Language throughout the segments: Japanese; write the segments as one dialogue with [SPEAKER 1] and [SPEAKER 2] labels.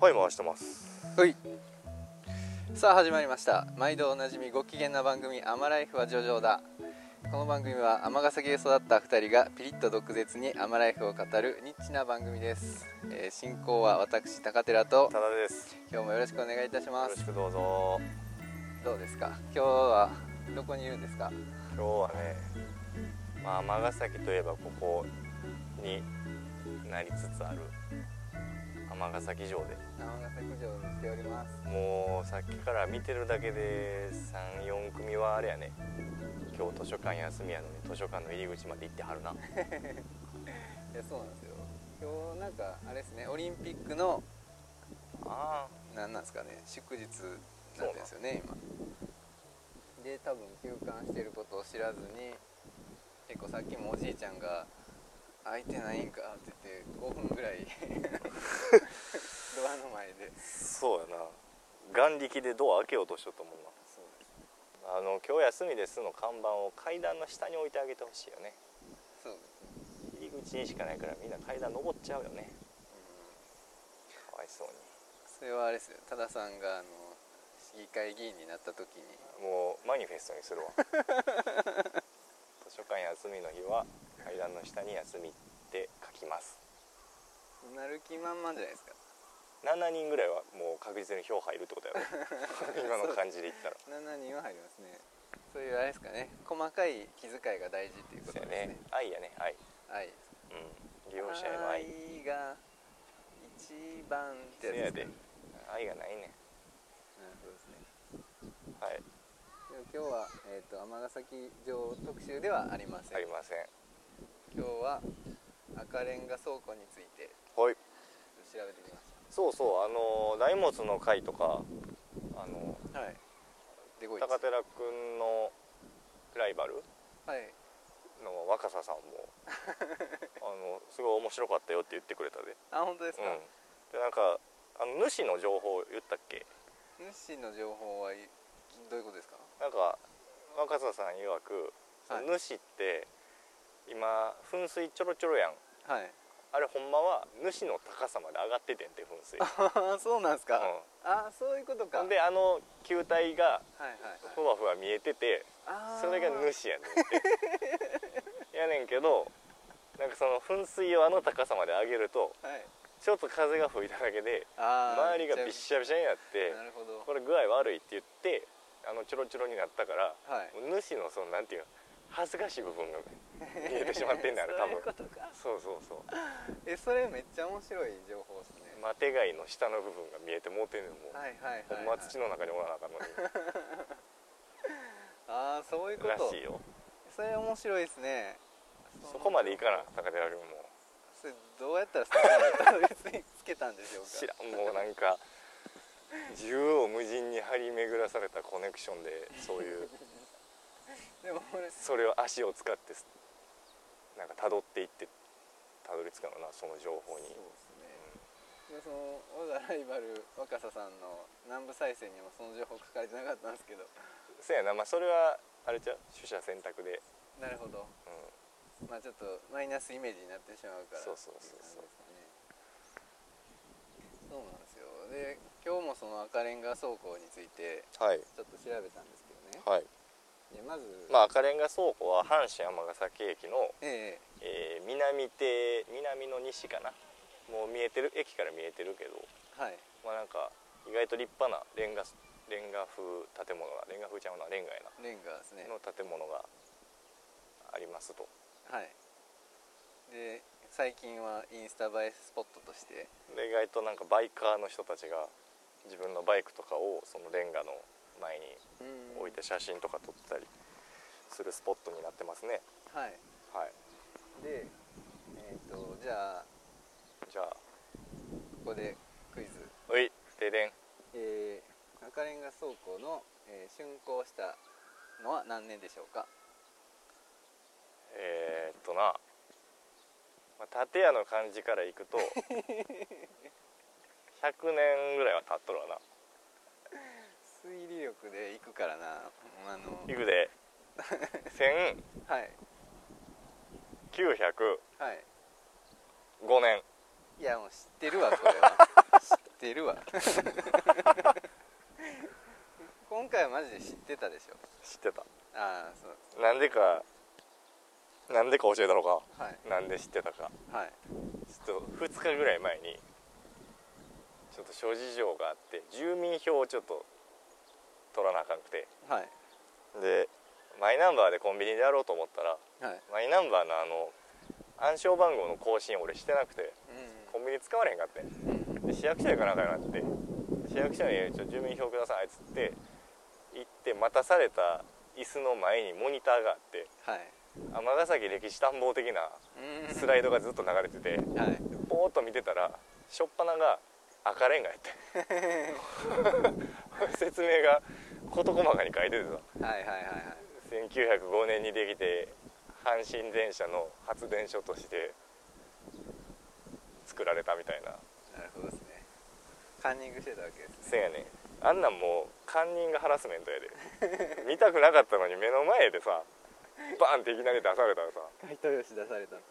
[SPEAKER 1] はい回してます
[SPEAKER 2] はいさあ始まりました毎度おなじみご機嫌な番組「アマライフは上々だ」この番組は尼崎で育った2人がピリッと毒舌にアマライフを語るニッチな番組です、えー進行は私高寺と
[SPEAKER 1] ただです
[SPEAKER 2] 今日もよろしくお願いいたし
[SPEAKER 1] よ
[SPEAKER 2] ま
[SPEAKER 1] ろし
[SPEAKER 2] す
[SPEAKER 1] くどうぞ
[SPEAKER 2] どうですか今日はどこにいるんですか
[SPEAKER 1] 今日はねまあ尼崎といえばここになりつつある尼崎城で
[SPEAKER 2] 尼崎城に来ております
[SPEAKER 1] もうさっきから見てるだけで34組はあれやね今日図書館休みやのに図書館の入り口まで行ってはる ない
[SPEAKER 2] やそうなんですよ今日なんかあれですねオリンピックの
[SPEAKER 1] あ
[SPEAKER 2] なんなんですかね祝日なんですよね今で多分休館してることを知らずに結構さっきもおじいちゃんが「空いてないんか」って言って5分ぐ らいドアの前で
[SPEAKER 1] あそうやな眼力でドア開けようとしとったもんな
[SPEAKER 2] そう
[SPEAKER 1] あの今日休みですの看板を階段の下に置いてあげてほしいよね
[SPEAKER 2] そう
[SPEAKER 1] 入り口にしかないからみんな階段登っちゃうよね
[SPEAKER 2] うん
[SPEAKER 1] かわいそうに
[SPEAKER 2] それはあれですよ多田さんがあの市議会議員になった時に
[SPEAKER 1] もうマニフェストにする わ図書館休みの日は階段の下に休みって書きます
[SPEAKER 2] なる気満々じゃないですか
[SPEAKER 1] 7人ぐらいはもう確実に票入るってことや ろ今の感じで言ったら
[SPEAKER 2] 7人は入りますねそういうあれですかね細かい気遣いが大事っていうこ
[SPEAKER 1] そ
[SPEAKER 2] と
[SPEAKER 1] う
[SPEAKER 2] で
[SPEAKER 1] や
[SPEAKER 2] す
[SPEAKER 1] ね
[SPEAKER 2] ね
[SPEAKER 1] 愛やね愛
[SPEAKER 2] はい
[SPEAKER 1] うん利用者への愛
[SPEAKER 2] 愛が一番って
[SPEAKER 1] せ
[SPEAKER 2] や
[SPEAKER 1] や
[SPEAKER 2] つで
[SPEAKER 1] で
[SPEAKER 2] すね
[SPEAKER 1] 愛がないね
[SPEAKER 2] なるほどですね
[SPEAKER 1] はい
[SPEAKER 2] でも今日はえっ、と尼崎城特集ではありませ
[SPEAKER 1] あ
[SPEAKER 2] ん
[SPEAKER 1] りません
[SPEAKER 2] 今日は赤レンガ倉庫について
[SPEAKER 1] はい
[SPEAKER 2] 調べてきまし
[SPEAKER 1] そうそうあの大物の会とかあの
[SPEAKER 2] たはいでごい
[SPEAKER 1] 高寺君のライバル
[SPEAKER 2] はい
[SPEAKER 1] の若狭 さんもあのすごい面白かったよって言ってくれたで
[SPEAKER 2] あ本当ですか、
[SPEAKER 1] うんでなんかあの主の情報言ったっけ
[SPEAKER 2] 主の情報はいどういうことですか
[SPEAKER 1] なんか若狭さん曰く、
[SPEAKER 2] はい
[SPEAKER 1] 主って今噴水ちょろちょろやん
[SPEAKER 2] はい
[SPEAKER 1] あれほんまは主の高さまで上がっててんって噴水、
[SPEAKER 2] あそうなんですか、
[SPEAKER 1] う
[SPEAKER 2] あそういうことか
[SPEAKER 1] ほんであの球体が
[SPEAKER 2] はいはい
[SPEAKER 1] ふ
[SPEAKER 2] はい
[SPEAKER 1] わふわ見えてて
[SPEAKER 2] あー
[SPEAKER 1] それが 主やねんってやねんけどなんかその噴水をあの高さまで上げると
[SPEAKER 2] はい
[SPEAKER 1] ちょっと風が吹いただけで
[SPEAKER 2] あー
[SPEAKER 1] 周りがびっしゃびしゃになって
[SPEAKER 2] なるほど
[SPEAKER 1] これ具合悪いって言ってあのチョロチョロになったから、
[SPEAKER 2] はい
[SPEAKER 1] 主のそのなんていうの恥ずかしい部分が見えてしまってんだよ
[SPEAKER 2] そうい
[SPEAKER 1] 多
[SPEAKER 2] うこ
[SPEAKER 1] 分
[SPEAKER 2] とか
[SPEAKER 1] そうそうそう
[SPEAKER 2] えそれめっちゃ面白い情報ですね、
[SPEAKER 1] マテ貝の下の部分が見えてもうてんねんもう、
[SPEAKER 2] はいはい
[SPEAKER 1] ほ
[SPEAKER 2] はい、
[SPEAKER 1] ん
[SPEAKER 2] は
[SPEAKER 1] ま
[SPEAKER 2] い、
[SPEAKER 1] 土の中におらなあかんのに
[SPEAKER 2] ああそういうこ
[SPEAKER 1] ら
[SPEAKER 2] と
[SPEAKER 1] しいよ
[SPEAKER 2] それ面白いですね
[SPEAKER 1] そこまでいかな
[SPEAKER 2] その
[SPEAKER 1] 高寺君も
[SPEAKER 2] それどうやったらそこまでたどり着けたんでしょうか
[SPEAKER 1] 知らんもうなんか縦横無尽に張り巡らされたコネクションでそういう
[SPEAKER 2] でも俺
[SPEAKER 1] それを足を使ってすなんか辿っていってたどり着くのなその情報に
[SPEAKER 2] そうですねでその我がライバル若狭さんの南部再生にもその情報書かれてなかったんですけど
[SPEAKER 1] そうやなまあそれはあれちゃう取捨選択で、
[SPEAKER 2] なるほど
[SPEAKER 1] うん、
[SPEAKER 2] まあちょっとマイナスイメージになってしまうから
[SPEAKER 1] そうそうそうそう
[SPEAKER 2] っていう感じですかねそうなんですよで今日もその赤レンガ倉庫について
[SPEAKER 1] はい
[SPEAKER 2] ちょっと調べたんですけどね
[SPEAKER 1] はい
[SPEAKER 2] でまず、
[SPEAKER 1] まあ赤レンガ倉庫は阪神尼崎駅の、
[SPEAKER 2] ええ
[SPEAKER 1] えー南手南の西かなもう見えてる駅から見えてるけど
[SPEAKER 2] はい
[SPEAKER 1] まあなんか意外と立派なレンガレンガ風建物がレンガ風ちゃうなレンガやな
[SPEAKER 2] レンガですね
[SPEAKER 1] の建物がありますと
[SPEAKER 2] はいで最近はインスタ映えスポットとして
[SPEAKER 1] で意外となんかバイカーの人たちが自分のバイクとかをそのレンガの前に置いて写真とか撮ったりするスポットになってますね
[SPEAKER 2] はい
[SPEAKER 1] はい
[SPEAKER 2] でえっ、とじゃあ
[SPEAKER 1] じゃあ
[SPEAKER 2] ここでクイズ
[SPEAKER 1] うい停電
[SPEAKER 2] えー、赤レンガ倉庫の、えー、竣工したのは何年でしょうか
[SPEAKER 1] えー、っとな、まあ、建屋の感じからいくと 100年ぐらいは経っとるわな
[SPEAKER 2] 推理力で行くからなあの
[SPEAKER 1] いくで
[SPEAKER 2] はい
[SPEAKER 1] 1905
[SPEAKER 2] はい
[SPEAKER 1] 年
[SPEAKER 2] いやもう知ってるわそれは知っってるわ今回はマジで知ってたでしょ
[SPEAKER 1] 知ってた
[SPEAKER 2] ああそう
[SPEAKER 1] なんでかなんでか教えたのか
[SPEAKER 2] はい
[SPEAKER 1] なんで知ってたか
[SPEAKER 2] はい
[SPEAKER 1] ちょっと2日ぐらい前にちょっと諸事情があって住民票をちょっと取らなあかんくて
[SPEAKER 2] はい
[SPEAKER 1] でマイナンバーでコンビニでやろうと思ったら
[SPEAKER 2] はい
[SPEAKER 1] マイナンバーのあの暗証番号の更新俺してなくてコンビニ使われへんかって
[SPEAKER 2] うんうん
[SPEAKER 1] で市役所行かなあかんようになって市役所に「ちょ住民票ください」っつって行って待たされた椅子の前にモニターがあって
[SPEAKER 2] はい
[SPEAKER 1] 尼崎歴史探訪的な
[SPEAKER 2] うん
[SPEAKER 1] スライドがずっと流れてて
[SPEAKER 2] はい
[SPEAKER 1] ポーッと見てたら初っ端が赤レンガやって 説明が事細かに書いててさ
[SPEAKER 2] はいはいはいはい
[SPEAKER 1] 1905年にできて阪神電車の発電所として作られたみたいな
[SPEAKER 2] なるほどですねカンニングしてたわけです
[SPEAKER 1] せやねんあんなんもうカンニングハラスメントやで見たくなかったのに目の前でさバーンっていきなり出されたらさ
[SPEAKER 2] ね人吉出されたと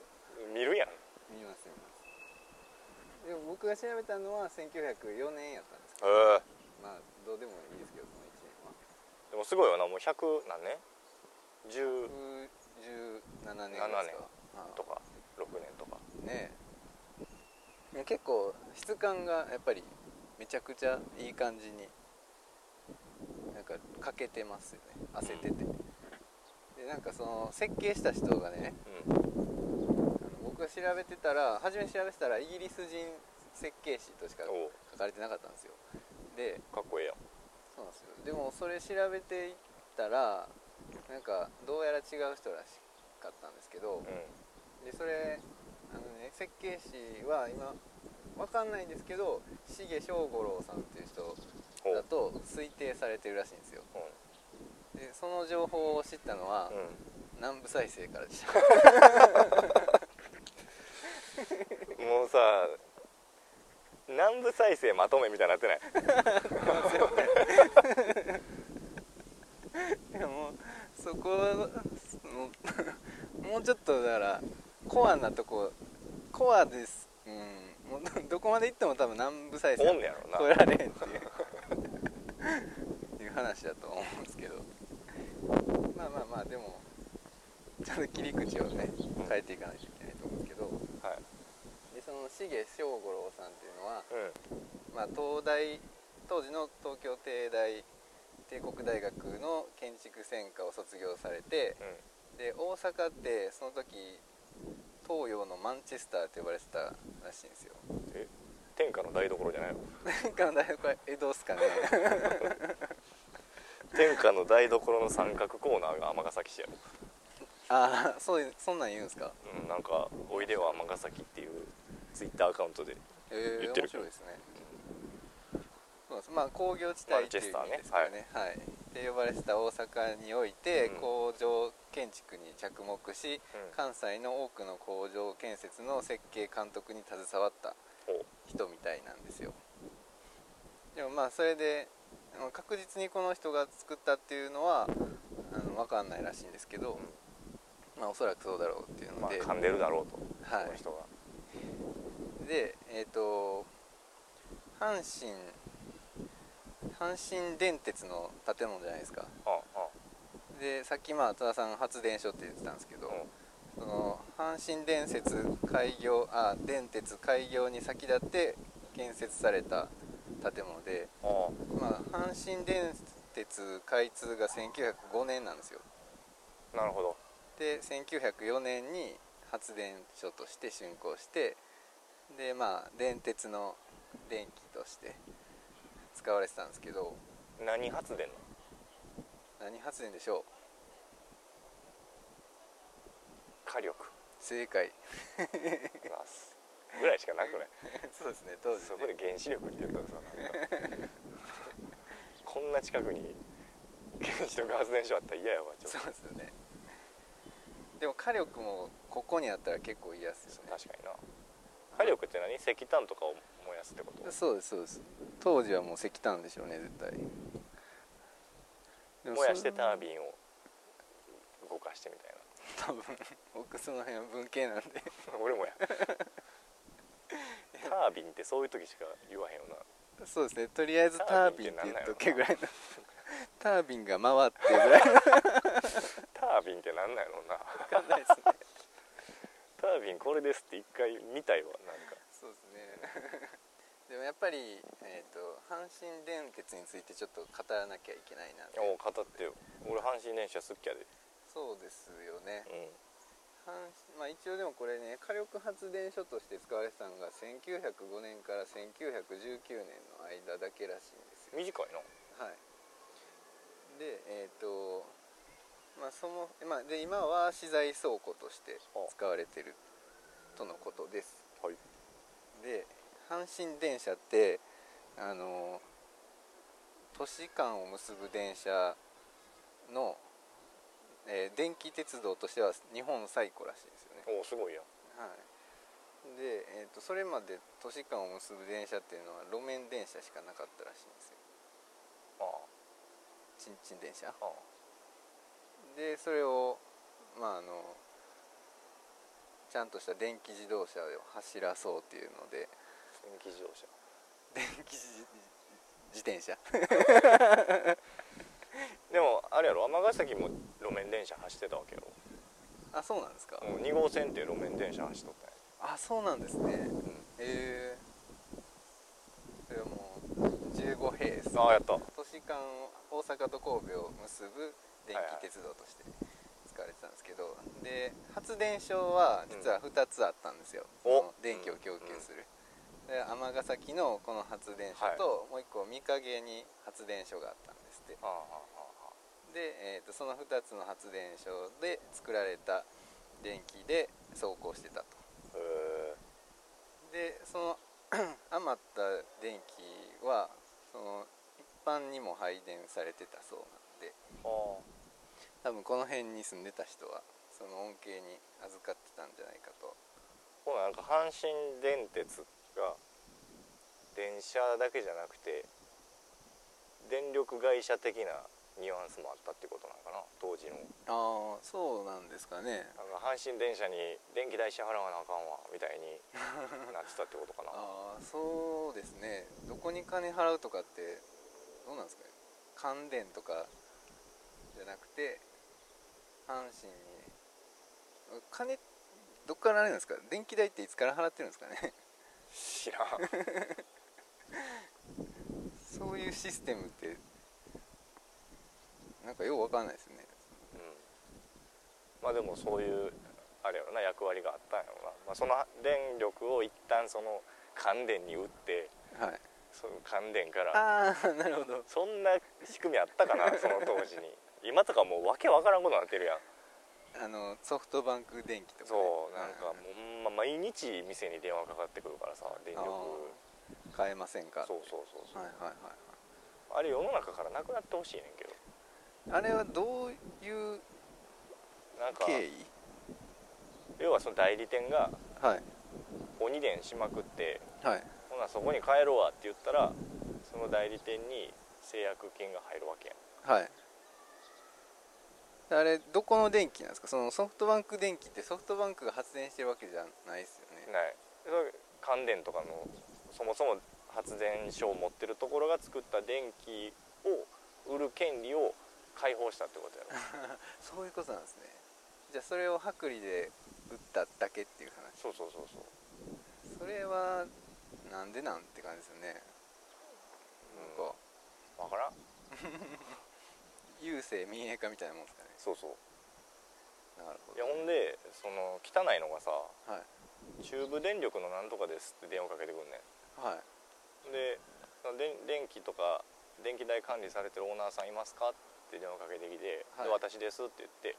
[SPEAKER 1] 見るやん
[SPEAKER 2] 見ます見ますでも僕が調べたのは1904年やったんですけどまあどうでもいいですけどその
[SPEAKER 1] でもすごいよなもう100何年10
[SPEAKER 2] 1年は17年ぐらいですか
[SPEAKER 1] とか6年とか
[SPEAKER 2] あねえでも結構質感がやっぱりめちゃくちゃいい感じになんか欠けてますよね焦っててでなんかその設計した人がね
[SPEAKER 1] うん
[SPEAKER 2] あの僕が調べてたら初め調べてたらイギリス人設計士としか
[SPEAKER 1] おう
[SPEAKER 2] 書かれてなかったんですよで
[SPEAKER 1] かっこええやん
[SPEAKER 2] そうなんですよでもそれ調べていったらなんかどうやら違う人らしかったんですけど
[SPEAKER 1] う
[SPEAKER 2] でそれあの、ね、設計士は今わかんないんですけど重正五郎さんっていう人
[SPEAKER 1] んお
[SPEAKER 2] だ
[SPEAKER 1] う
[SPEAKER 2] と推定されてるらしいんですよ
[SPEAKER 1] うん
[SPEAKER 2] でその情報を知ったのは、
[SPEAKER 1] うん
[SPEAKER 2] 南部再生からでした
[SPEAKER 1] もうさ南部再生まとめみたいになってない
[SPEAKER 2] でもそこはもう もうちょっとだからコアなとこコアですうんもうどこまで行っても多分南部再生
[SPEAKER 1] おんねやろな
[SPEAKER 2] 超えられへんっていういう話だと思うんですけどまあまあまあでもちょっと切り口をね変えていかないといけないと思うんですけど
[SPEAKER 1] はい
[SPEAKER 2] でその重正五郎さんっていうのは、
[SPEAKER 1] うん
[SPEAKER 2] まあ、東大当時の東京帝大帝国大学の建築専科を卒業されて
[SPEAKER 1] うん
[SPEAKER 2] で大阪ってその時東洋のマンチェスターって呼ばれてたらしいんですよ
[SPEAKER 1] え天下の台所じゃないの
[SPEAKER 2] なんか大学は江戸っすかね
[SPEAKER 1] 天下の台所の三角コーナーが尼崎市やろ、
[SPEAKER 2] ああそういうそんなん言うんですか
[SPEAKER 1] うん、なんか「おいでは尼崎」っていうツイッターアカウントで
[SPEAKER 2] ええ
[SPEAKER 1] 言ってる
[SPEAKER 2] 面
[SPEAKER 1] け
[SPEAKER 2] 白
[SPEAKER 1] ど
[SPEAKER 2] いですねそうですまあ工業地帯っていう意
[SPEAKER 1] マンチェスターね
[SPEAKER 2] 味ですかねはい、って呼ばれてた大阪において、
[SPEAKER 1] うん
[SPEAKER 2] 工場建築に着目し
[SPEAKER 1] うん
[SPEAKER 2] 関西の多くの工場建設の設計監督に携わった
[SPEAKER 1] お
[SPEAKER 2] 人みたいなんですよでもまあそれであの確実にこの人が作ったっていうのはあの分かんないらしいんですけど、まあおそらくそうだろうっていうの
[SPEAKER 1] まあ
[SPEAKER 2] で、
[SPEAKER 1] 噛んでるだろうと、
[SPEAKER 2] はい
[SPEAKER 1] この人が
[SPEAKER 2] でえっ、と阪神阪神電鉄の建物じゃないですか
[SPEAKER 1] ああ
[SPEAKER 2] でさっきまあ戸田さん発電所って言ってたんですけど、その阪神電鉄開業あ電鉄開業に先立って建設された建物で、
[SPEAKER 1] あ
[SPEAKER 2] まあ、阪神電鉄開通が1905年なんですよ
[SPEAKER 1] あなるほど
[SPEAKER 2] で1904年に発電所として竣工してでまあ電鉄の電気として使われてたんですけど
[SPEAKER 1] 何発電の
[SPEAKER 2] 何発電でしょう
[SPEAKER 1] 火 力
[SPEAKER 2] 正解
[SPEAKER 1] なすぐらいしかなくない
[SPEAKER 2] そうですね当 時
[SPEAKER 1] そこで原子力って言ったらさなんかこんな近くに原子力発電所あったら嫌やわちょっと
[SPEAKER 2] そうですよねでも火力もここにあったら結構嫌っすよね
[SPEAKER 1] 確かにな火力って何石炭とかを燃やすってこと
[SPEAKER 2] そうですそうです当時はもう石炭でしょうね絶対でも
[SPEAKER 1] 燃やして
[SPEAKER 2] そ
[SPEAKER 1] タ
[SPEAKER 2] の
[SPEAKER 1] ービンを動かしてみたい
[SPEAKER 2] 多分僕その辺は文系なんで
[SPEAKER 1] な俺もやタービンってそういう時しか言わへんよな
[SPEAKER 2] そうですねとりあえずタービンって言っとけぐらいのタービンが回ってぐらいの
[SPEAKER 1] タービンってなんないのな
[SPEAKER 2] 感じですね
[SPEAKER 1] タービンこれですって一回見たよなんか
[SPEAKER 2] そうですねでもやっぱり、えー、と阪神電鉄についてちょっと語らなきゃいけないな
[SPEAKER 1] おう語ってよ俺阪神電車好きやで
[SPEAKER 2] そうですよね
[SPEAKER 1] うん
[SPEAKER 2] 阪神まあ、一応でもこれね火力発電所として使われてたのが1905年から1919年の間だけらしいんですよ
[SPEAKER 1] 短いな
[SPEAKER 2] はいでえっ、とまあその、まあ、で今は資材倉庫として使われてるとのことです
[SPEAKER 1] はい
[SPEAKER 2] で阪神電車ってあの都市間を結ぶ電車の、えー電気鉄道としては日本最古らしいですよね、
[SPEAKER 1] おおすごいやん
[SPEAKER 2] はい、で、えー、とそれまで都市間を結ぶ電車っていうのは路面電車しかなかったらしいんですよ
[SPEAKER 1] あ
[SPEAKER 2] ちんちん電車
[SPEAKER 1] あああ
[SPEAKER 2] でそれをまああのちゃんとした電気自動車を走らそうっていうので
[SPEAKER 1] 電気自動車
[SPEAKER 2] 電気自自転車
[SPEAKER 1] でもあれやろ尼崎も路面電車走ってたわけよ
[SPEAKER 2] あそうなんですか、
[SPEAKER 1] もう2号線って路面電車走っとったんや
[SPEAKER 2] あそうなんですね
[SPEAKER 1] うん
[SPEAKER 2] へえそれはもう15平です
[SPEAKER 1] ああやった
[SPEAKER 2] 都市間を大阪と神戸を結ぶ電気鉄道として使われてたんですけど、で発電所は実は2つあったんですよ、
[SPEAKER 1] うんお
[SPEAKER 2] その電気を供給する、で尼崎のこの発電所と、もう1個御影に発電所があったんですって
[SPEAKER 1] ああああ
[SPEAKER 2] で、えーとその2つの発電所で作られた電気で走行してたと
[SPEAKER 1] ああへ
[SPEAKER 2] でその 余った電気はその一般にも配電されてたそうなんで
[SPEAKER 1] えああ
[SPEAKER 2] 多分この辺に住んでた人はその恩恵に預かってたんじゃないかと
[SPEAKER 1] ほななんか阪神電鉄が電車だけじゃなくて電力会社的なニュアンスもあったってことなのかな当時の
[SPEAKER 2] ああそうなんですかね
[SPEAKER 1] なんか阪神電車に電気代支払わなあかんわみたいになってたってことかな
[SPEAKER 2] ああそうですねどこに金払うとかってどうなんですかね関電とかじゃなくて阪神に金どっからあれなんですか電気代っていつから払ってるんですかね
[SPEAKER 1] 知らん
[SPEAKER 2] そういうシステムってなんかようわかんないですね
[SPEAKER 1] うんまあでもそういうあれやろな役割があったんやろな、まあ、その電力を一旦その関電に売って
[SPEAKER 2] はい
[SPEAKER 1] その関電から
[SPEAKER 2] ああなるほど
[SPEAKER 1] そんな仕組みあったか なその当時に今とかもうわけわからんことになってるやん
[SPEAKER 2] あのソフトバンク電気とかね、
[SPEAKER 1] そうなんか
[SPEAKER 2] は
[SPEAKER 1] も
[SPEAKER 2] いう
[SPEAKER 1] ほんま毎日店に電話かかってくるからさ電力
[SPEAKER 2] あ買えませんか
[SPEAKER 1] そうそうそうそう、
[SPEAKER 2] はいはいはい
[SPEAKER 1] あれ世の中からなくなってほしいねんけど
[SPEAKER 2] はいあれはどういう
[SPEAKER 1] なんか
[SPEAKER 2] 経緯
[SPEAKER 1] 要はその代理店が
[SPEAKER 2] はい
[SPEAKER 1] 鬼電しまくって
[SPEAKER 2] はい
[SPEAKER 1] ほなそこに帰ろうわって言ったらその代理店に制約金が入るわけやん
[SPEAKER 2] はいあれどこの電気なんですかそのソフトバンク電気ってソフトバンクが発電してるわけじゃないですよね
[SPEAKER 1] ないそれ乾電とかのそもそも発電所を持ってるところが作った電気を売る権利を解放したってことやろ
[SPEAKER 2] そういうことなんですねじゃあそれを薄利で打っただけっていう話
[SPEAKER 1] そうそうそうそう
[SPEAKER 2] それはなんでなんって感じですよねなんか
[SPEAKER 1] 分からん
[SPEAKER 2] 郵政民営化みたいなもんですか
[SPEAKER 1] そ
[SPEAKER 2] ね
[SPEAKER 1] うそう
[SPEAKER 2] なるほ
[SPEAKER 1] いや
[SPEAKER 2] ど
[SPEAKER 1] ほんでその汚いのがさ
[SPEAKER 2] はい
[SPEAKER 1] 中部電力のなんとかですって電話かけてくんね
[SPEAKER 2] はい
[SPEAKER 1] んでその電電気とか電気代管理されてるオーナーさんいますかって電話かけてきて、
[SPEAKER 2] はい
[SPEAKER 1] で私ですって言って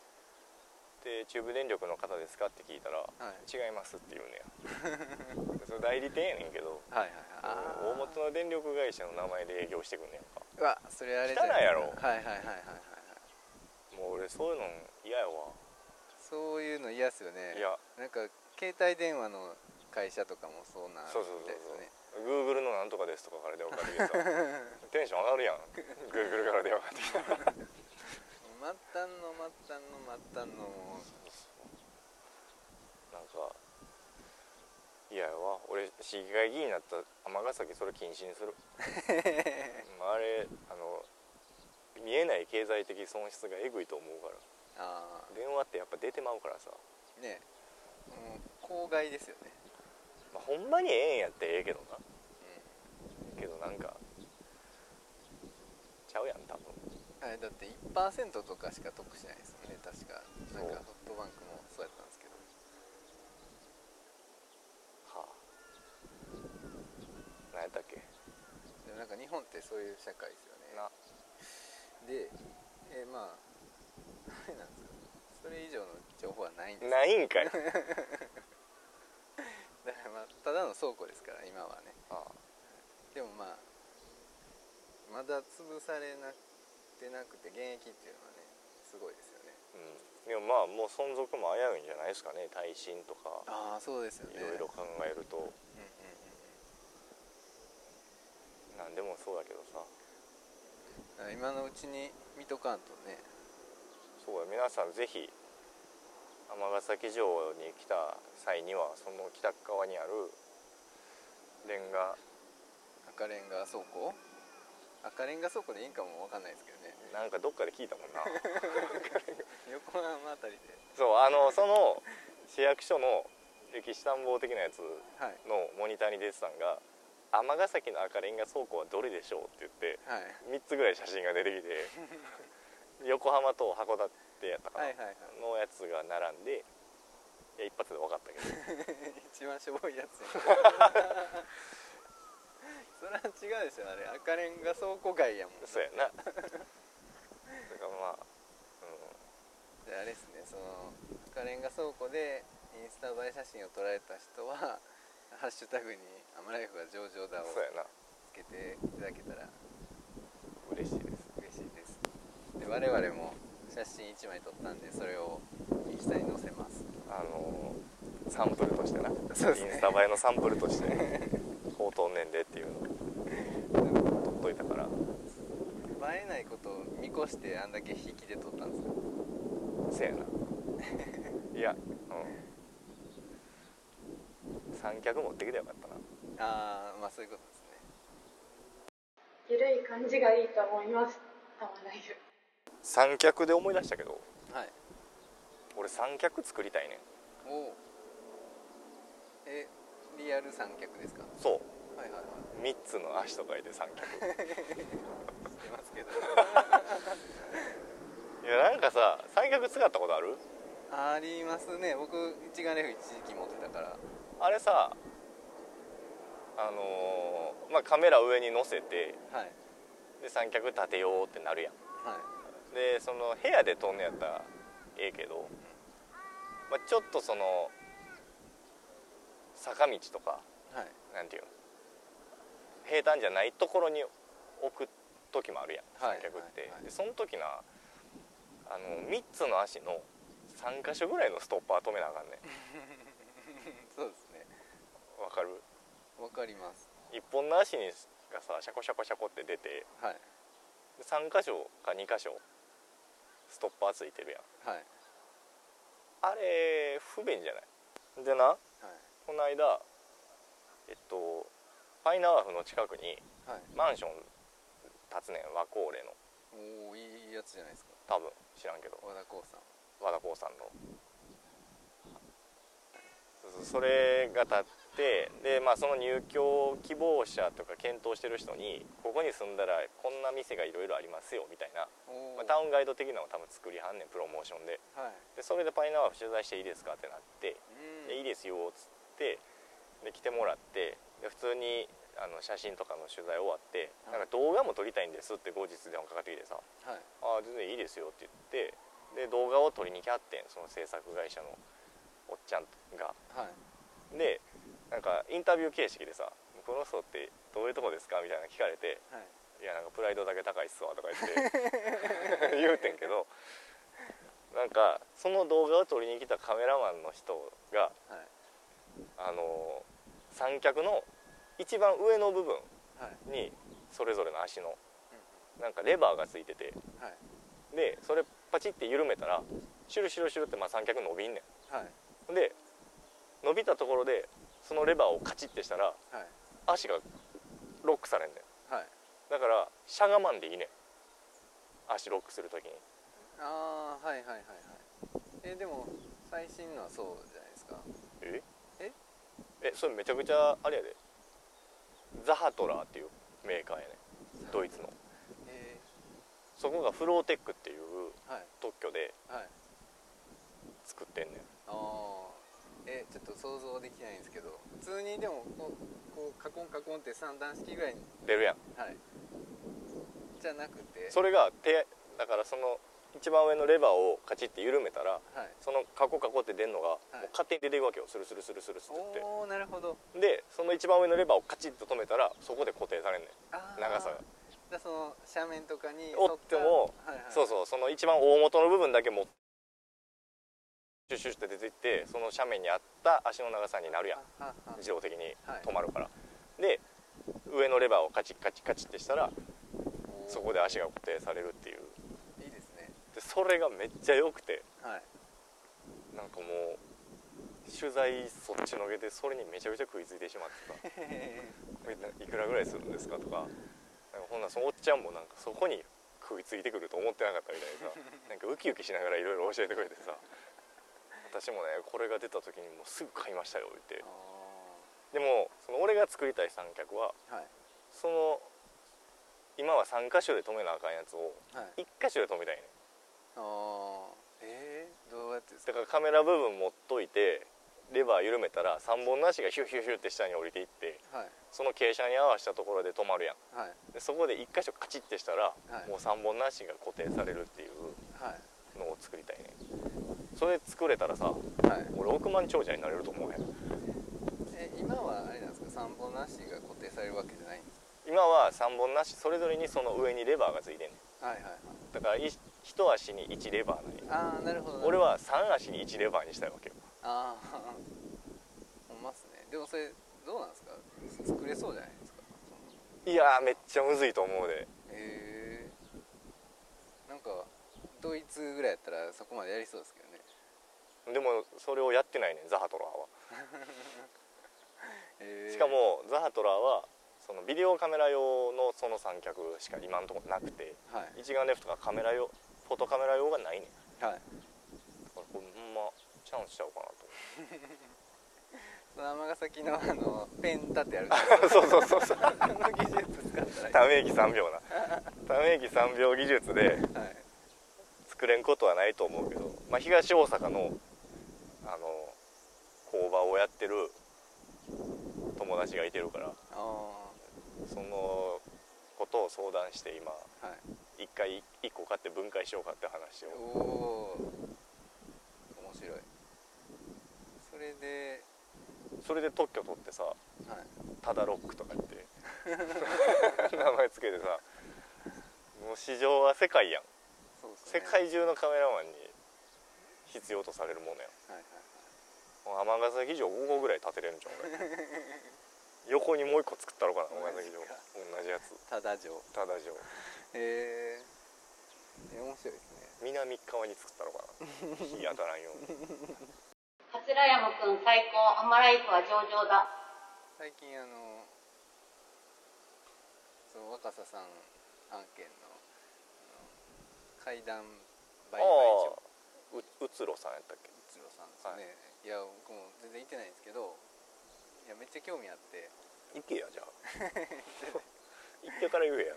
[SPEAKER 1] で中部電力の方ですかって聞いたら、
[SPEAKER 2] はい
[SPEAKER 1] 違いますって言うねや その代理店やねんけど
[SPEAKER 2] はいはい
[SPEAKER 1] 大
[SPEAKER 2] はい
[SPEAKER 1] 元の電力会社の名前で営業してくんねやんか
[SPEAKER 2] うわそれあれじゃな
[SPEAKER 1] 汚い
[SPEAKER 2] い
[SPEAKER 1] やろ
[SPEAKER 2] はいはいはいはいはいはい
[SPEAKER 1] もう俺そういうの嫌やわ
[SPEAKER 2] そういうの嫌っすよね
[SPEAKER 1] いや
[SPEAKER 2] なんか携帯電話の会社とかもそうなん
[SPEAKER 1] そうそう
[SPEAKER 2] み
[SPEAKER 1] そ
[SPEAKER 2] た
[SPEAKER 1] う
[SPEAKER 2] いです
[SPEAKER 1] そう
[SPEAKER 2] ね
[SPEAKER 1] Google のなんとかですとかから電話かけてさテ ンション上がるやん Google から電話かけてきた
[SPEAKER 2] 末端の末端の末端のもう
[SPEAKER 1] なんか嫌やわ俺市議会議員になった尼崎それ禁止にするまああれあの見えない経済的損失がえぐいと思うから
[SPEAKER 2] あ
[SPEAKER 1] 電話ってやっぱ出てまうからさ、
[SPEAKER 2] あねもう公害ですよね、
[SPEAKER 1] まあ、ほんまにええんやってええけどなけどなんかちゃうやん多分
[SPEAKER 2] うん、あれだって1%とかしか得しないですよね確かなんか
[SPEAKER 1] そう
[SPEAKER 2] ソフトバンクもそうやったんですけど
[SPEAKER 1] はあ何やったっけ
[SPEAKER 2] でもなんか日本ってそういう社会ですよね
[SPEAKER 1] な
[SPEAKER 2] で、えーまあ あれなんですよそれ以上の情報はないんです
[SPEAKER 1] ないんかい
[SPEAKER 2] だ からまあただの倉庫ですから今はね
[SPEAKER 1] あ
[SPEAKER 2] でもまあまだ潰されなてなくて現役っていうのはねすごいですよね
[SPEAKER 1] うんでもまあもう存続も危ういんじゃないですかね耐震とか
[SPEAKER 2] ああそうですよ
[SPEAKER 1] い
[SPEAKER 2] ね
[SPEAKER 1] ろいろ考えると
[SPEAKER 2] うんうん
[SPEAKER 1] 何でもそうだけどさ
[SPEAKER 2] うんうん今のうちに見とかんとね
[SPEAKER 1] そうや皆さんぜひ尼崎城に来た際にはその北側にあるレンガ
[SPEAKER 2] 赤レンガ倉庫赤レンガ倉庫でいいんかもわかんないですけど ね
[SPEAKER 1] なんかどっかで聞いたも んな
[SPEAKER 2] 横浜あたりで
[SPEAKER 1] そうあのその市役所の歴史探訪的なやつ
[SPEAKER 2] はい
[SPEAKER 1] のモニターに出てたんが「尼崎の赤レンガ倉庫はどれでしょう?」って言って
[SPEAKER 2] はい
[SPEAKER 1] 3つぐらい写真が出てきて 横浜と函館やったかな、
[SPEAKER 2] はいはいはい
[SPEAKER 1] のやつが並んでいや一発で分かったけ ど
[SPEAKER 2] 一番しょぼいや つやそれは違うでしょあれ赤レンガ倉庫街やもんな
[SPEAKER 1] そうやなだからまあ、う
[SPEAKER 2] であれですねその赤レンガ倉庫でインスタ映え写真を撮られた人は 「ハッシュタグにアムライフが上々だ」を
[SPEAKER 1] ん、そうやな
[SPEAKER 2] つけていただけたら
[SPEAKER 1] 嬉しいです
[SPEAKER 2] 嬉しいですで我々も写真1枚撮ったんでそれをインスタに載せます
[SPEAKER 1] あのーサンプルとしてな
[SPEAKER 2] そうですね
[SPEAKER 1] インスタ映えのサンプルとして 「高等年齢」っていうのを取っといたから
[SPEAKER 2] 映えないことを見越してあんだけ引きで撮ったんです
[SPEAKER 1] せ
[SPEAKER 2] よ
[SPEAKER 1] やないやうん三脚持ってきてよかったな
[SPEAKER 2] ああまあそういうことですね
[SPEAKER 3] ゆるい感じがいいと思います。たまらゆ。
[SPEAKER 1] 三脚で思い出したけど
[SPEAKER 2] はい
[SPEAKER 1] 俺三脚作りたいねん
[SPEAKER 2] おおえリアル三脚ですか
[SPEAKER 1] そう
[SPEAKER 2] はいはいはい
[SPEAKER 1] 3つの足と書いて三脚
[SPEAKER 2] 知ってますけど
[SPEAKER 1] いやなんかさ三脚使ったことある
[SPEAKER 2] ありますね僕一眼レフ一時期持ってたから
[SPEAKER 1] あれさあのーまあカメラ上に乗せて
[SPEAKER 2] はい
[SPEAKER 1] で三脚立てようってなるやん
[SPEAKER 2] はい
[SPEAKER 1] でその部屋で撮んのやったらええけど、まあ、ちょっとその坂道とか
[SPEAKER 2] はい
[SPEAKER 1] なんていうの平坦じゃないところに置く時もあるやん
[SPEAKER 2] はい
[SPEAKER 1] 三脚って、
[SPEAKER 2] はいはい
[SPEAKER 1] でその時なあの3つの足の3箇所ぐらいのストッパー止めなあかんねん
[SPEAKER 2] そうですね
[SPEAKER 1] わかる
[SPEAKER 2] わかります
[SPEAKER 1] 1本の足にがさシャコシャコシャコって出て
[SPEAKER 2] はい
[SPEAKER 1] で3箇所か2箇所ストッパーついてるやん
[SPEAKER 2] はいはい
[SPEAKER 1] あれ不便じゃないでなこの間えっとファイナーフの近くに
[SPEAKER 2] はい
[SPEAKER 1] マンション建つねん和光レの
[SPEAKER 2] おおいいやつじゃないですか
[SPEAKER 1] 多分知らんけど
[SPEAKER 2] 和田光さん
[SPEAKER 1] 和田光さんのそうそうそれが立ってで、まあ、その入居希望者とか検討してる人にここに住んだらこんな店がいろいろありますよみたいな、
[SPEAKER 2] お
[SPEAKER 1] ま
[SPEAKER 2] お、
[SPEAKER 1] あ、タウンガイド的なのを多分作りはんねんプロモーションで
[SPEAKER 2] はい
[SPEAKER 1] でそれでパイナワーフ取材していいですかってなって
[SPEAKER 2] うん
[SPEAKER 1] でいいですよっつってで来てもらってで普通にあの写真とかの取材終わってなんか動画も撮りたいんですって後日電話かかってきてさ
[SPEAKER 2] は
[SPEAKER 1] ああ
[SPEAKER 2] い
[SPEAKER 1] 全然いいですよって言ってで動画を撮りに来はってんその制作会社のおっちゃんが
[SPEAKER 2] はい
[SPEAKER 1] でなんかインタビュー形式でさ「この人ってどういうとこですか?」みたいなの聞かれて
[SPEAKER 2] は
[SPEAKER 1] 「い
[SPEAKER 2] い
[SPEAKER 1] やなんかプライドだけ高いっすわ」とか言って言うてん けどなんかその動画を撮りに来たカメラマンの人が
[SPEAKER 2] はい
[SPEAKER 1] あの三脚の一番上の部分
[SPEAKER 2] はい
[SPEAKER 1] にそれぞれの足のなんかレバーがついてて
[SPEAKER 2] はいはい
[SPEAKER 1] でそれパチって緩めたらシュルシュルシュルってまあ三脚伸びんね
[SPEAKER 2] はい
[SPEAKER 1] んで伸びたところでそのレバーをカチッてしたら
[SPEAKER 2] はい
[SPEAKER 1] 足がロックされんねん
[SPEAKER 2] はい
[SPEAKER 1] だからしゃがまんでいいねん足ロックするときに
[SPEAKER 2] ああはいはいはいはいえでも最新のはそうじゃないですか
[SPEAKER 1] え
[SPEAKER 2] え
[SPEAKER 1] えそれめちゃくちゃあれやでザハトラーっていうメーカーやねんドイツの
[SPEAKER 2] え
[SPEAKER 1] そこがフローテックっていう
[SPEAKER 2] ー、はい
[SPEAKER 1] 特許で
[SPEAKER 2] はい
[SPEAKER 1] 作ってんねん
[SPEAKER 2] ああえちょっと想像できないんですけど普通にでもこうこうカコンカコンって三段式ぐらいに
[SPEAKER 1] 出るやん
[SPEAKER 2] はいじゃなくて
[SPEAKER 1] それが手だからその一番上のレバーをカチッて緩めたら
[SPEAKER 2] はい
[SPEAKER 1] そのカコカコって出るのが、
[SPEAKER 2] い
[SPEAKER 1] もう勝手に出ていくわけよスルスルスルスルスルってっ
[SPEAKER 2] おおなるほど
[SPEAKER 1] てでその一番上のレバーをカチッと止めたらそこで固定されんねん
[SPEAKER 2] あー
[SPEAKER 1] 長さが
[SPEAKER 2] じゃあその斜面とかに
[SPEAKER 1] 折っても
[SPEAKER 2] 沿たはいはい、
[SPEAKER 1] そうそうその一番大元の部分だけもシュッシュッって出ていってその斜面に合った足の長さになるやん
[SPEAKER 2] あはは
[SPEAKER 1] 自動的に
[SPEAKER 2] はい
[SPEAKER 1] 止まるから、で上のレバーをカチッカチッカチッってしたら
[SPEAKER 2] おー
[SPEAKER 1] そこで足が固定されるっていう
[SPEAKER 2] いいですね
[SPEAKER 1] でそれがめっちゃ良くて
[SPEAKER 2] はい
[SPEAKER 1] なんかもう取材そっちのけでそれにめちゃくちゃ食いついてしまってさこれないくらぐらいするんですかとかなんかほんならそのおっちゃんもなんかそこに食いついてくると思ってなかったみたいでさなんかウキウキしながらいろいろ教えてくれてさ私もねこれが出た時にもうすぐ買いましたよって
[SPEAKER 2] あ
[SPEAKER 1] でもその俺が作りたい三脚は
[SPEAKER 2] ーはい
[SPEAKER 1] その今は3箇所で止めなあかんやつを
[SPEAKER 2] はい
[SPEAKER 1] 1箇所で止めたいね
[SPEAKER 2] あーえー、どうやってです
[SPEAKER 1] だ
[SPEAKER 2] か
[SPEAKER 1] からカメラ部分持っといてレバー緩めたら3本の足がヒュヒュヒュって下に降りていって
[SPEAKER 2] はい
[SPEAKER 1] その傾斜に合わせたところで止まるやん
[SPEAKER 2] はい
[SPEAKER 1] でそこで1箇所カチッてしたら、
[SPEAKER 2] はい
[SPEAKER 1] もう3本の足が固定されるっていう
[SPEAKER 2] は
[SPEAKER 1] のを作りたいねそれ作れたらさ
[SPEAKER 2] いはい
[SPEAKER 1] 俺億万長者になれると思うへん
[SPEAKER 2] え今はあれなんですか散歩なしが固定されるわけじゃないんです
[SPEAKER 1] 今は3本の足それぞれにその上にレバーがついてんね
[SPEAKER 2] はいはいはい
[SPEAKER 1] んだからい一足に1レバーなり
[SPEAKER 2] ああなるほど
[SPEAKER 1] 俺は3足に1レバーにしたいわけよ
[SPEAKER 2] あ あほんまっすねでもそれどうなんですか作れそうじゃないですか
[SPEAKER 1] いやーめっちゃむずいと思うで
[SPEAKER 2] へえなんかドイツぐらいやったらそこまでやりそうですけど
[SPEAKER 1] で
[SPEAKER 2] ね
[SPEAKER 1] もそれをやってないねんザハトラーは
[SPEAKER 2] へー
[SPEAKER 1] しかもザハトラーはそのビデオカメラ用のその三脚しか今のところなくて
[SPEAKER 2] はい
[SPEAKER 1] 一眼レフとかカメラ用フォトカメラ用がないねん
[SPEAKER 2] はい
[SPEAKER 1] だからこれほんまチャンスちゃうかなと
[SPEAKER 2] 尼崎のあのペン立てある
[SPEAKER 1] そうそうそうそう
[SPEAKER 2] あの技術使ったら
[SPEAKER 1] ため息3秒なため息3秒技術で
[SPEAKER 2] はいはい
[SPEAKER 1] 作れんことはないと思うけど、まあ、東大阪のあの工場をやってる友達がいてるから
[SPEAKER 2] ああ
[SPEAKER 1] そのことを相談して今
[SPEAKER 2] はい
[SPEAKER 1] 一回一個買って分解しようかって話を
[SPEAKER 2] おお面白いそれで
[SPEAKER 1] それで特許取ってさ
[SPEAKER 2] はい
[SPEAKER 1] タダロックとか言って 名前つけてさもう市場は世界やん
[SPEAKER 2] そうです
[SPEAKER 1] 世
[SPEAKER 2] ね
[SPEAKER 1] 界中のカメラマンに必要とされるものやん
[SPEAKER 2] はいはい
[SPEAKER 1] もう尼崎城5個ぐらい建てれるんじゃん 俺横にもう一個作ったろうかな
[SPEAKER 2] マ
[SPEAKER 1] 尼
[SPEAKER 2] ジ
[SPEAKER 1] 崎
[SPEAKER 2] か
[SPEAKER 1] 城同じやつ
[SPEAKER 2] ただ城
[SPEAKER 1] タダ城
[SPEAKER 2] へえ面白いですね
[SPEAKER 1] 南側に作ったろうかな日当たらんように
[SPEAKER 4] 桂山くん最高アマライフは上々だ
[SPEAKER 2] 最近あのその若狭さん案件のあの階段
[SPEAKER 1] あ
[SPEAKER 2] 売買所
[SPEAKER 1] あううつろさんやったっけ
[SPEAKER 2] 一郎さんですよね、い、や僕も全然行ってないんですけどいやめっちゃ興味あって
[SPEAKER 1] 行けや じゃあ行ってから言えや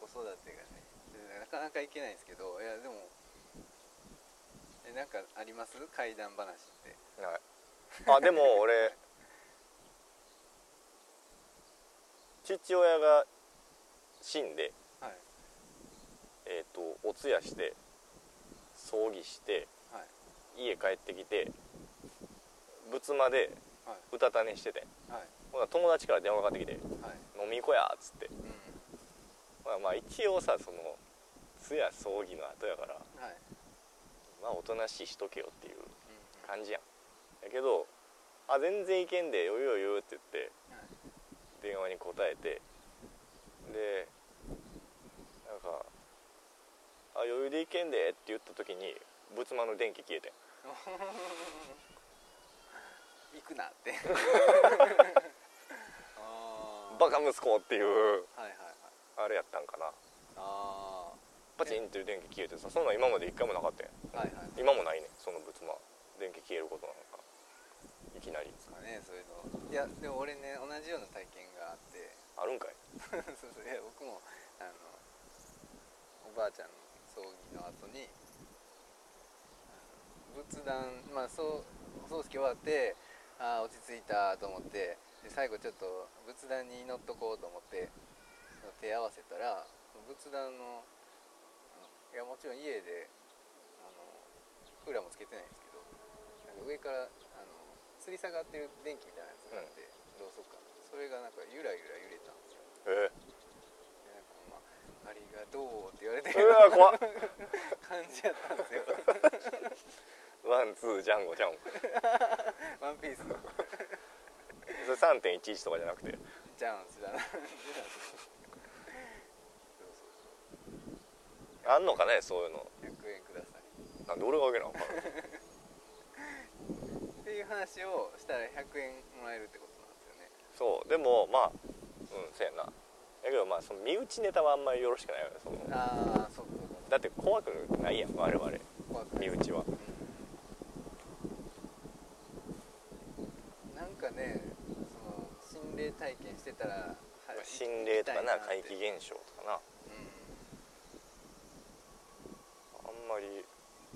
[SPEAKER 2] 子育てがねでなかなか行けないんですけどいやでもえなんかあります怪談話って
[SPEAKER 1] ないあでも俺父親が死んで
[SPEAKER 2] はい
[SPEAKER 1] えー、とお通夜して葬儀して
[SPEAKER 2] はい
[SPEAKER 1] 家帰ってきて仏間で
[SPEAKER 2] はいう
[SPEAKER 1] たた寝してて
[SPEAKER 2] はい
[SPEAKER 1] ほな友達から電話かかってきて
[SPEAKER 2] は
[SPEAKER 1] 「
[SPEAKER 2] い
[SPEAKER 1] 飲み行こうや」っつって
[SPEAKER 2] うん
[SPEAKER 1] まあまあ一応さその通夜葬儀の後やから
[SPEAKER 2] はい
[SPEAKER 1] まあおとなしいしとけよっていう
[SPEAKER 2] うんうん
[SPEAKER 1] 感じやんだけど「あ全然いけんでよいよいよ」って言って
[SPEAKER 2] はい
[SPEAKER 1] 電話に答えてでなんか「あ余裕でいけんで」って言った時に仏間の電気消えてん
[SPEAKER 2] 一行くなって あー
[SPEAKER 1] バカ息子っていう
[SPEAKER 2] はいはいはい
[SPEAKER 1] あれやったんかな
[SPEAKER 2] あ
[SPEAKER 1] パチンっていう電気消えてさそんなん今まで一回もなかったやん
[SPEAKER 2] ーはいはいで
[SPEAKER 1] 今もないねその仏間電気消えることなんかいきなり
[SPEAKER 2] すかねそういうのいやでも俺ね同じような体験があって
[SPEAKER 1] あるんかい
[SPEAKER 2] そうそういや僕もあのおばあちゃんの葬儀の後にあの仏壇まあそうお葬式終わってあー落ち着いたと思ってで最後ちょっと仏壇に祈っとこうと思って手合わせたら仏壇のいやもちろん家であのクーラーもつけてないんですけどなんか上からあの吊り下がってる電気みたいなやつがあって、ろうそくかなそれがなんかゆらゆら揺れたんですよ
[SPEAKER 1] え
[SPEAKER 2] でなんかまあ「ありがとう」って言われて
[SPEAKER 1] うわ怖っ
[SPEAKER 2] 感じやっ たんですよ
[SPEAKER 1] ワンツージャンゴジャンゴ
[SPEAKER 2] ワンピースの
[SPEAKER 1] それ3.11とかじゃなくて
[SPEAKER 2] ジャンスだなそうそう
[SPEAKER 1] あんのかねそういうの
[SPEAKER 2] 100円ください
[SPEAKER 1] なんで俺があげなあかんの
[SPEAKER 2] っていう話をしたら100円もらえるってことなんですよね
[SPEAKER 1] そうでもまあうんせやなだけどまあその身内ネタはあんまりよろしくないよねその
[SPEAKER 2] ああそうそうそう
[SPEAKER 1] だって怖くないやん我々
[SPEAKER 2] 怖くな
[SPEAKER 1] 身
[SPEAKER 2] い
[SPEAKER 1] 内は
[SPEAKER 2] なんかねその心霊体験してたらは
[SPEAKER 1] 心霊とかな
[SPEAKER 2] 行き
[SPEAKER 1] 怪
[SPEAKER 2] たいって
[SPEAKER 1] 奇現象とかな
[SPEAKER 2] う
[SPEAKER 1] あん
[SPEAKER 2] ん
[SPEAKER 1] まり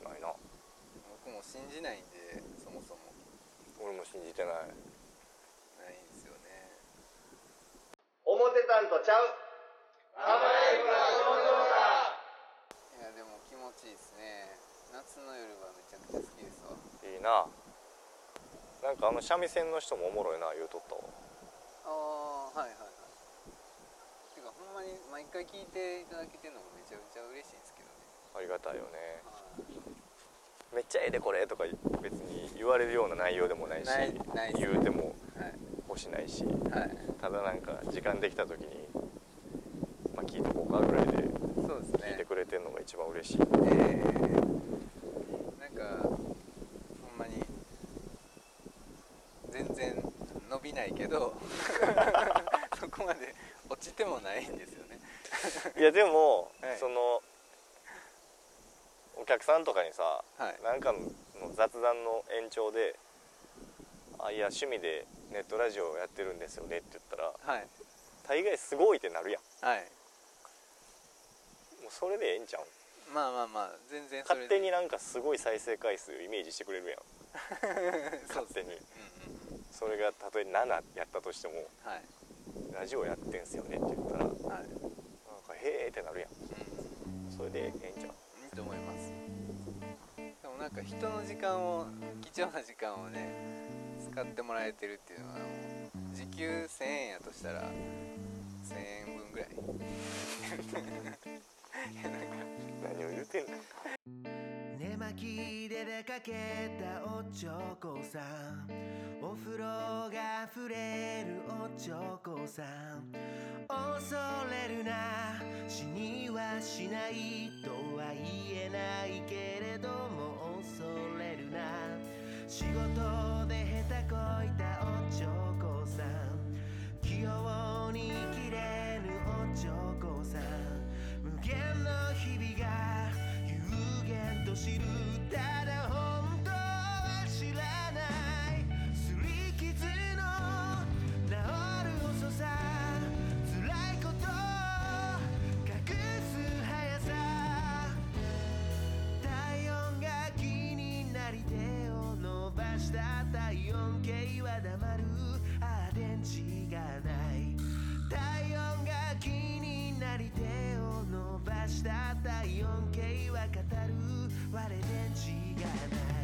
[SPEAKER 1] ないな
[SPEAKER 2] 僕も信じないんでそもそも
[SPEAKER 1] 俺も信じてない
[SPEAKER 2] ないんですよね
[SPEAKER 5] 表担当ちゃう
[SPEAKER 2] いやでも気持ちいいですね夏の夜はめちゃくちゃ好きですわ
[SPEAKER 1] いいななんかあの三味線の人もおもろいな言うとったわ
[SPEAKER 2] ああはいはいはいてかほんまに毎回聞いていただけてるのもめちゃくちゃ嬉しいんですけどね
[SPEAKER 1] ありがたいよね
[SPEAKER 2] はい
[SPEAKER 1] めっちゃええでこれとか別に言われるような内容でもないし
[SPEAKER 2] ないない
[SPEAKER 1] 言うても
[SPEAKER 2] は
[SPEAKER 1] 欲しないし
[SPEAKER 2] い、はい、
[SPEAKER 1] ただなんか時間できた時にまあ聞いとこうかぐらいで
[SPEAKER 2] そうです
[SPEAKER 1] 聞い
[SPEAKER 2] ね
[SPEAKER 1] てくれてんのが一番嬉しい
[SPEAKER 2] えーなんかほんまに全然伸びないけ どそこまで落ちてもないんですよね
[SPEAKER 1] いやでも、
[SPEAKER 2] はい
[SPEAKER 1] そのお客さんとかにさ、
[SPEAKER 2] はい
[SPEAKER 1] なんかの雑談の延長で「あいや趣味でネットラジオやってるんですよね」って言ったら
[SPEAKER 2] はい
[SPEAKER 1] 大概すごいってなるやん
[SPEAKER 2] はい
[SPEAKER 1] もうそれでええんちゃうん
[SPEAKER 2] まあまあまあ全然それ
[SPEAKER 1] 勝
[SPEAKER 2] で
[SPEAKER 1] 手になんかすごい再生回数イメージしてくれるやん
[SPEAKER 2] そ
[SPEAKER 1] 勝
[SPEAKER 2] うです
[SPEAKER 1] 手に
[SPEAKER 2] うんうんうん
[SPEAKER 1] それがたとえ7やったとしても
[SPEAKER 2] はい
[SPEAKER 1] 「ラジオやってんすよね」って言ったらなん
[SPEAKER 2] はい、
[SPEAKER 1] か「へえ」ってなるやんそれでええんちゃう
[SPEAKER 2] いいと思いますでもなんか人の時間を貴重な時間をね使ってもらえてるっていうのはもう時給1000円やとしたら1000円分ぐらいいやなんか
[SPEAKER 1] 何を言うてんの
[SPEAKER 6] 寝巻きで出かけたおちょこさんお風呂が溢れるおちょこさん恐れるな死にはしないとは言えないけれども恐れるな仕事で下手こいたおちょこさん器用に切れぬおちょこさん無限の日々が有限と知るただ本当は知らないすり傷の治る遅さ辛いことを隠す速さ体温が気になり手を伸ばした体温計は黙るああ電池がない体温が気になり手を伸ばした体温計は語る我電池がない